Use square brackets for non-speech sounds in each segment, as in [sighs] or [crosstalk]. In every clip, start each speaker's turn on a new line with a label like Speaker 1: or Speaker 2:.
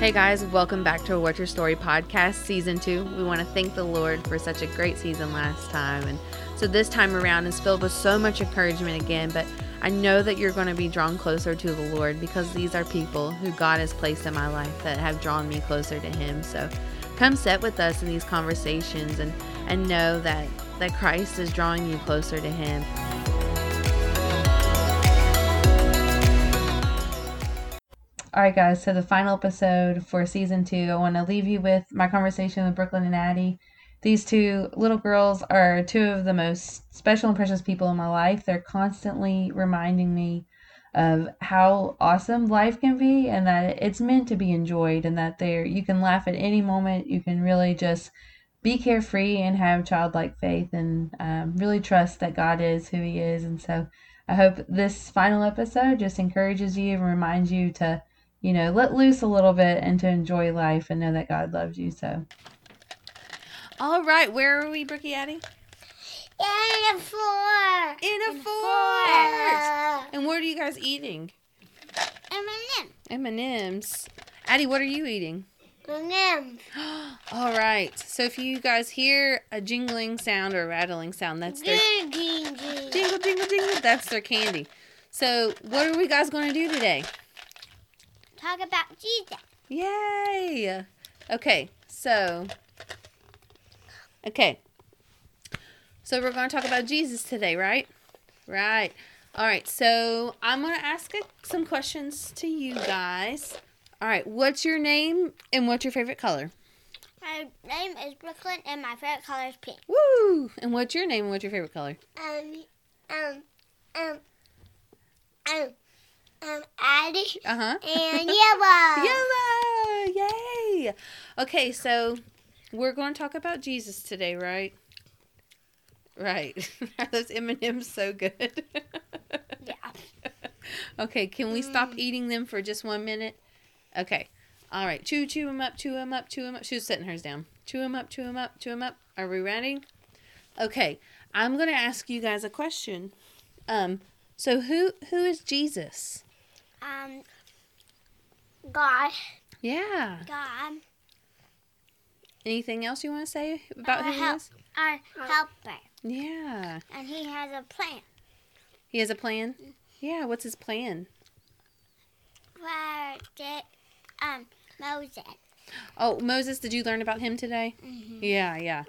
Speaker 1: Hey guys, welcome back to What's Your Story podcast, season two. We want to thank the Lord for such a great season last time. And so this time around is filled with so much encouragement again, but I know that you're going to be drawn closer to the Lord because these are people who God has placed in my life that have drawn me closer to Him. So come sit with us in these conversations and, and know that, that Christ is drawing you closer to Him. All right, guys. So the final episode for season two, I want to leave you with my conversation with Brooklyn and Addie. These two little girls are two of the most special and precious people in my life. They're constantly reminding me of how awesome life can be and that it's meant to be enjoyed and that there you can laugh at any moment. You can really just be carefree and have childlike faith and um, really trust that God is who He is. And so I hope this final episode just encourages you and reminds you to you know, let loose a little bit and to enjoy life and know that God loves you. So, all right, where are we, Brookie Addie?
Speaker 2: In a fork.
Speaker 1: In a
Speaker 2: In a
Speaker 1: forest.
Speaker 2: forest.
Speaker 1: And what are you guys eating?
Speaker 2: M&M.
Speaker 1: M and M's. Addie, what are you eating?
Speaker 2: M&M.
Speaker 1: All right. So if you guys hear a jingling sound or a rattling sound, that's their
Speaker 2: Ginger.
Speaker 1: jingle, jingle, jingle. That's their candy. So what are we guys going to do today?
Speaker 2: Talk about Jesus.
Speaker 1: Yay! Okay, so. Okay. So we're going to talk about Jesus today, right? Right. All right, so I'm going to ask a- some questions to you guys. All right, what's your name and what's your favorite color?
Speaker 2: My name is Brooklyn and my favorite color is pink.
Speaker 1: Woo! And what's your name and what's your favorite color?
Speaker 2: Um, um, um, um, um, Addie
Speaker 1: Uh huh.
Speaker 2: [laughs] and Yellow.
Speaker 1: Yellow! Yay! Okay, so we're going to talk about Jesus today, right? Right. [laughs] Are those M&Ms so good? [laughs]
Speaker 2: Yeah.
Speaker 1: okay, can we stop
Speaker 2: Mm.
Speaker 1: eating them for just one minute? Okay. All right. Chew, chew them up, chew them up, chew them up. She was setting hers down. Chew them up, chew them up, chew them up. Are we ready? Okay. I'm going to ask you guys a question. Um, so who who is Jesus?
Speaker 2: Um, God.
Speaker 1: Yeah.
Speaker 2: God.
Speaker 1: Anything else you want to say about
Speaker 2: Our
Speaker 1: who he
Speaker 2: help-
Speaker 1: is?
Speaker 2: Our helper.
Speaker 1: Yeah.
Speaker 2: And he has a plan.
Speaker 1: He has a plan? Yeah, what's his plan?
Speaker 2: Where did, um, Moses.
Speaker 1: Oh, Moses, did you learn about him today? Yeah, yeah.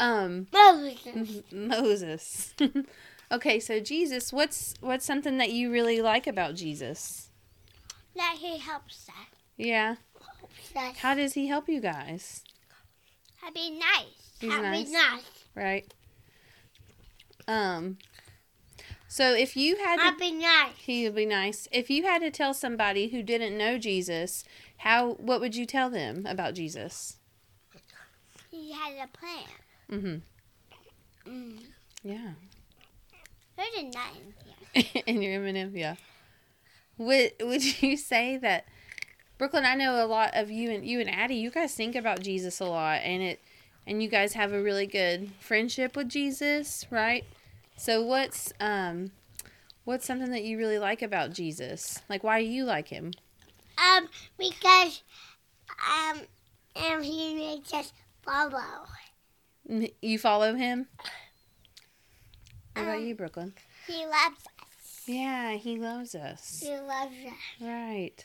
Speaker 1: Um [laughs]
Speaker 2: Moses.
Speaker 1: Moses. [laughs] okay, so Jesus, what's what's something that you really like about Jesus?
Speaker 2: That he helps us.
Speaker 1: Yeah.
Speaker 2: That's
Speaker 1: How does he help you guys?
Speaker 2: That'd be nice.
Speaker 1: He's
Speaker 2: That'd
Speaker 1: nice.
Speaker 2: be nice.
Speaker 1: Right? Um So if you had to
Speaker 2: That'd be nice.
Speaker 1: he would be nice. If you had to tell somebody who didn't know Jesus, how what would you tell them about Jesus?
Speaker 2: He has a
Speaker 1: Mhm.
Speaker 2: plan. Mm.
Speaker 1: Yeah. [laughs]
Speaker 2: There's a nut in here.
Speaker 1: and your M&M, yeah. Would Would [laughs] you say that Brooklyn? I know a lot of you and you and Addie. You guys think about Jesus a lot, and it, and you guys have a really good friendship with Jesus, right? So what's um, what's something that you really like about Jesus? Like, why do you like him?
Speaker 2: Um, because um, and he makes us follow.
Speaker 1: N- You follow him. What about
Speaker 2: Um,
Speaker 1: you, Brooklyn?
Speaker 2: He loves us.
Speaker 1: Yeah, he loves us.
Speaker 2: He loves us.
Speaker 1: Right.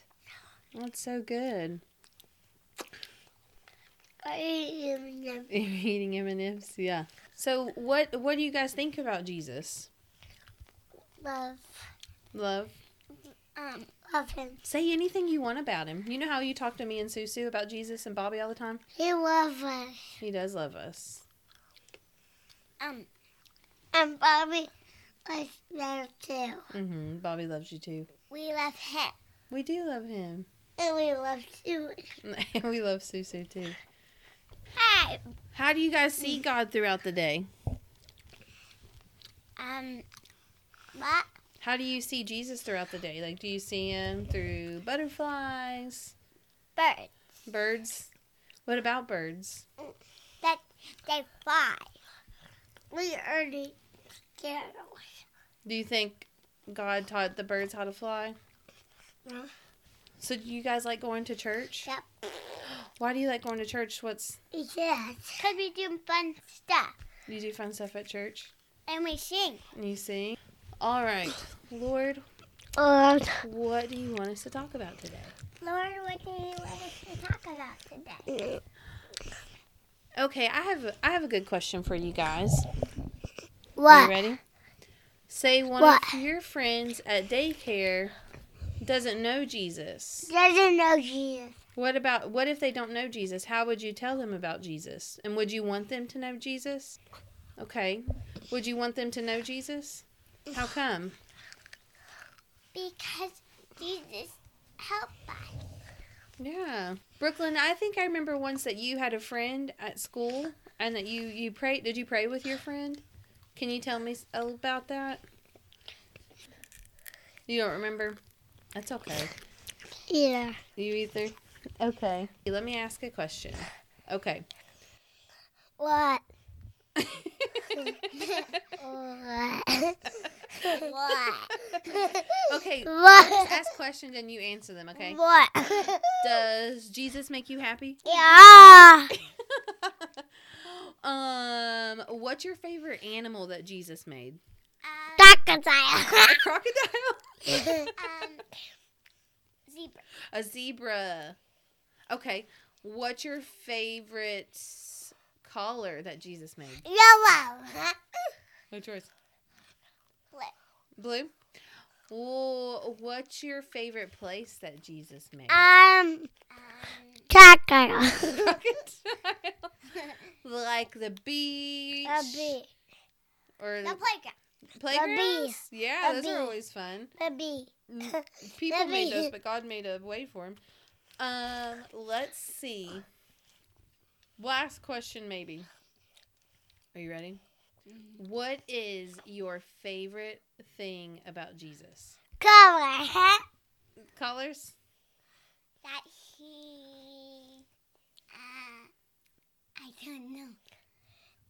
Speaker 1: That's so good.
Speaker 2: He loves us.
Speaker 1: You're [laughs] eating M&Ms, yeah. So what what do you guys think about Jesus?
Speaker 2: Love.
Speaker 1: Love.
Speaker 2: Um, love him.
Speaker 1: Say anything you want about him. You know how you talk to me and Susu about Jesus and Bobby all the time?
Speaker 2: He loves us.
Speaker 1: He does love us.
Speaker 2: Um, and Bobby loves them too.
Speaker 1: hmm Bobby loves you too.
Speaker 2: We love him.
Speaker 1: We do love him. [laughs]
Speaker 2: And we love you.
Speaker 1: And we love Susu too.
Speaker 2: Hi.
Speaker 1: How do you guys see God throughout the day?
Speaker 2: Um, what?
Speaker 1: How do you see Jesus throughout the day? Like do you see him through butterflies,
Speaker 2: Bird.
Speaker 1: birds? What about birds?
Speaker 2: that they fly. We already get away.
Speaker 1: Do you think God taught the birds how to fly?
Speaker 2: No.
Speaker 1: So do you guys like going to church?
Speaker 2: Yep.
Speaker 1: Why do you like going to church? What's
Speaker 2: Yes. Because we do fun stuff.
Speaker 1: you do fun stuff at church?
Speaker 2: And we sing.
Speaker 1: And you sing? All
Speaker 2: [sighs]
Speaker 1: right. Lord,
Speaker 2: Lord,
Speaker 1: what do you want us to talk about today?
Speaker 2: Lord, what do you want us to talk about today?
Speaker 1: Okay, I have a, I have a good question for you guys. You
Speaker 2: What?
Speaker 1: ready? Say one
Speaker 2: What?
Speaker 1: of your friends at daycare doesn't know Jesus.
Speaker 2: Doesn't know Jesus.
Speaker 1: What about what if they don't know Jesus? How would you tell them about Jesus? And would you want them to know Jesus? Okay. Would you want them to know Jesus? How come?
Speaker 2: Because Jesus helped us.
Speaker 1: Yeah. Brooklyn, I think I remember once that you had a friend at school and that you you prayed. Did you pray with your friend? Can you tell me s- about that? You don't remember? That's okay.
Speaker 2: Yeah.
Speaker 1: You either? Okay. Let me ask a question. Okay. [laughs]
Speaker 2: What? What? what? [laughs]
Speaker 1: okay. Let's
Speaker 2: What?
Speaker 1: ask questions and you answer them, okay?
Speaker 2: What?
Speaker 1: Does Jesus make you happy? [laughs]
Speaker 2: yeah.
Speaker 1: um, what's your favorite animal that Jesus made?
Speaker 2: Uh, [laughs] Crocodile.
Speaker 1: A crocodile?
Speaker 2: um, zebra.
Speaker 1: A zebra. Okay. What's your favorite collar that Jesus made?
Speaker 2: Yellow.
Speaker 1: No choice.
Speaker 2: Blue.
Speaker 1: Blue. Wh- What's your favorite place that Jesus made?
Speaker 2: Um, crocodile.
Speaker 1: Crocodile. [laughs] like the beach.
Speaker 2: A bee.
Speaker 1: Or
Speaker 2: The
Speaker 1: the
Speaker 2: playground.
Speaker 1: playgrounds? Yeah,
Speaker 2: The
Speaker 1: those are
Speaker 2: bee.
Speaker 1: always fun.
Speaker 2: The bee.
Speaker 1: Mm, People made those,
Speaker 2: bee.
Speaker 1: but God made a way for them. Um, let's see. Last question, maybe. Are you ready?
Speaker 2: Mm-hmm.
Speaker 1: What is your favorite thing about Jesus?
Speaker 2: Color.
Speaker 1: Colors?
Speaker 2: That he. Uh, I don't know.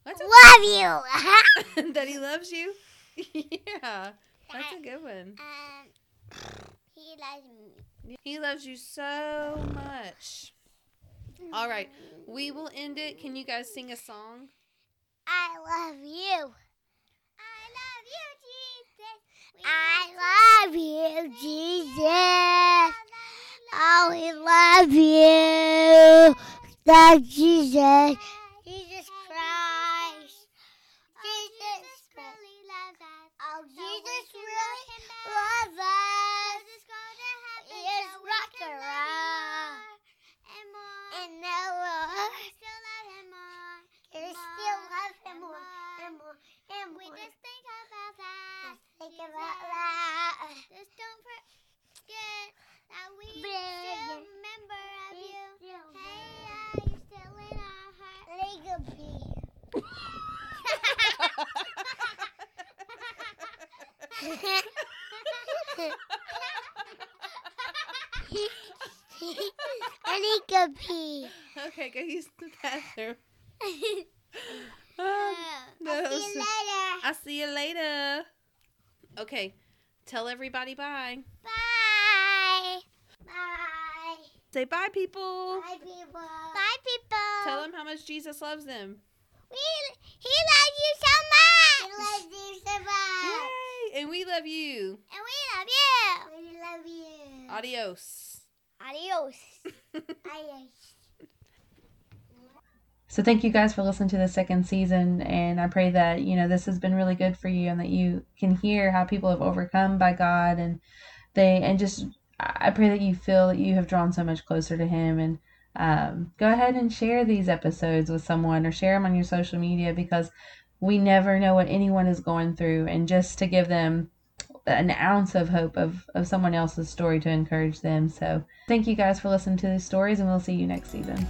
Speaker 1: That's
Speaker 2: Love you.
Speaker 1: a- [laughs] that he loves you? [laughs] yeah, that's a good
Speaker 2: [laughs]
Speaker 1: one.
Speaker 2: um, he loves me.
Speaker 1: He loves you so much. All right, we will end it. Can you guys sing a song?
Speaker 2: I love you. I love you, Jesus. I love you, Jesus. Oh, we love you, Lord Jesus. Jesus Christ. Jesus really loves us. Oh, Jesus really loves us. Yes, rock around. And more. And uh, no more. still love him more. We still love him more. And more. And we just think about that. Think about that. Just don't forget that we still remember of you. Hey, are you still in our heart? [laughs] [laughs] Legopee.
Speaker 1: Okay, go use the bathroom.
Speaker 2: I'll
Speaker 1: Um,
Speaker 2: see you later.
Speaker 1: I'll see you later. Okay, tell everybody bye.
Speaker 2: Bye. Bye.
Speaker 1: Say bye, people.
Speaker 2: Bye, people. Bye, people.
Speaker 1: Tell them how much Jesus loves them.
Speaker 2: We, he loves you so much. He loves you so much.
Speaker 1: Yay! And we love you.
Speaker 2: And we love you. We love you.
Speaker 1: Adios.
Speaker 2: Adios.
Speaker 1: [laughs]
Speaker 2: Adios.
Speaker 3: So thank you guys for listening to the second season and I pray that, you know, this has been really good for you and that you can hear how people have overcome by God and they and just I I pray that you feel that you have drawn so much closer to him and um, go ahead and share these episodes with someone or share them on your social media because we never know what anyone is going through and just to give them an ounce of hope of, of someone else's story to encourage them. So thank you guys for listening to these stories and we'll see you next season.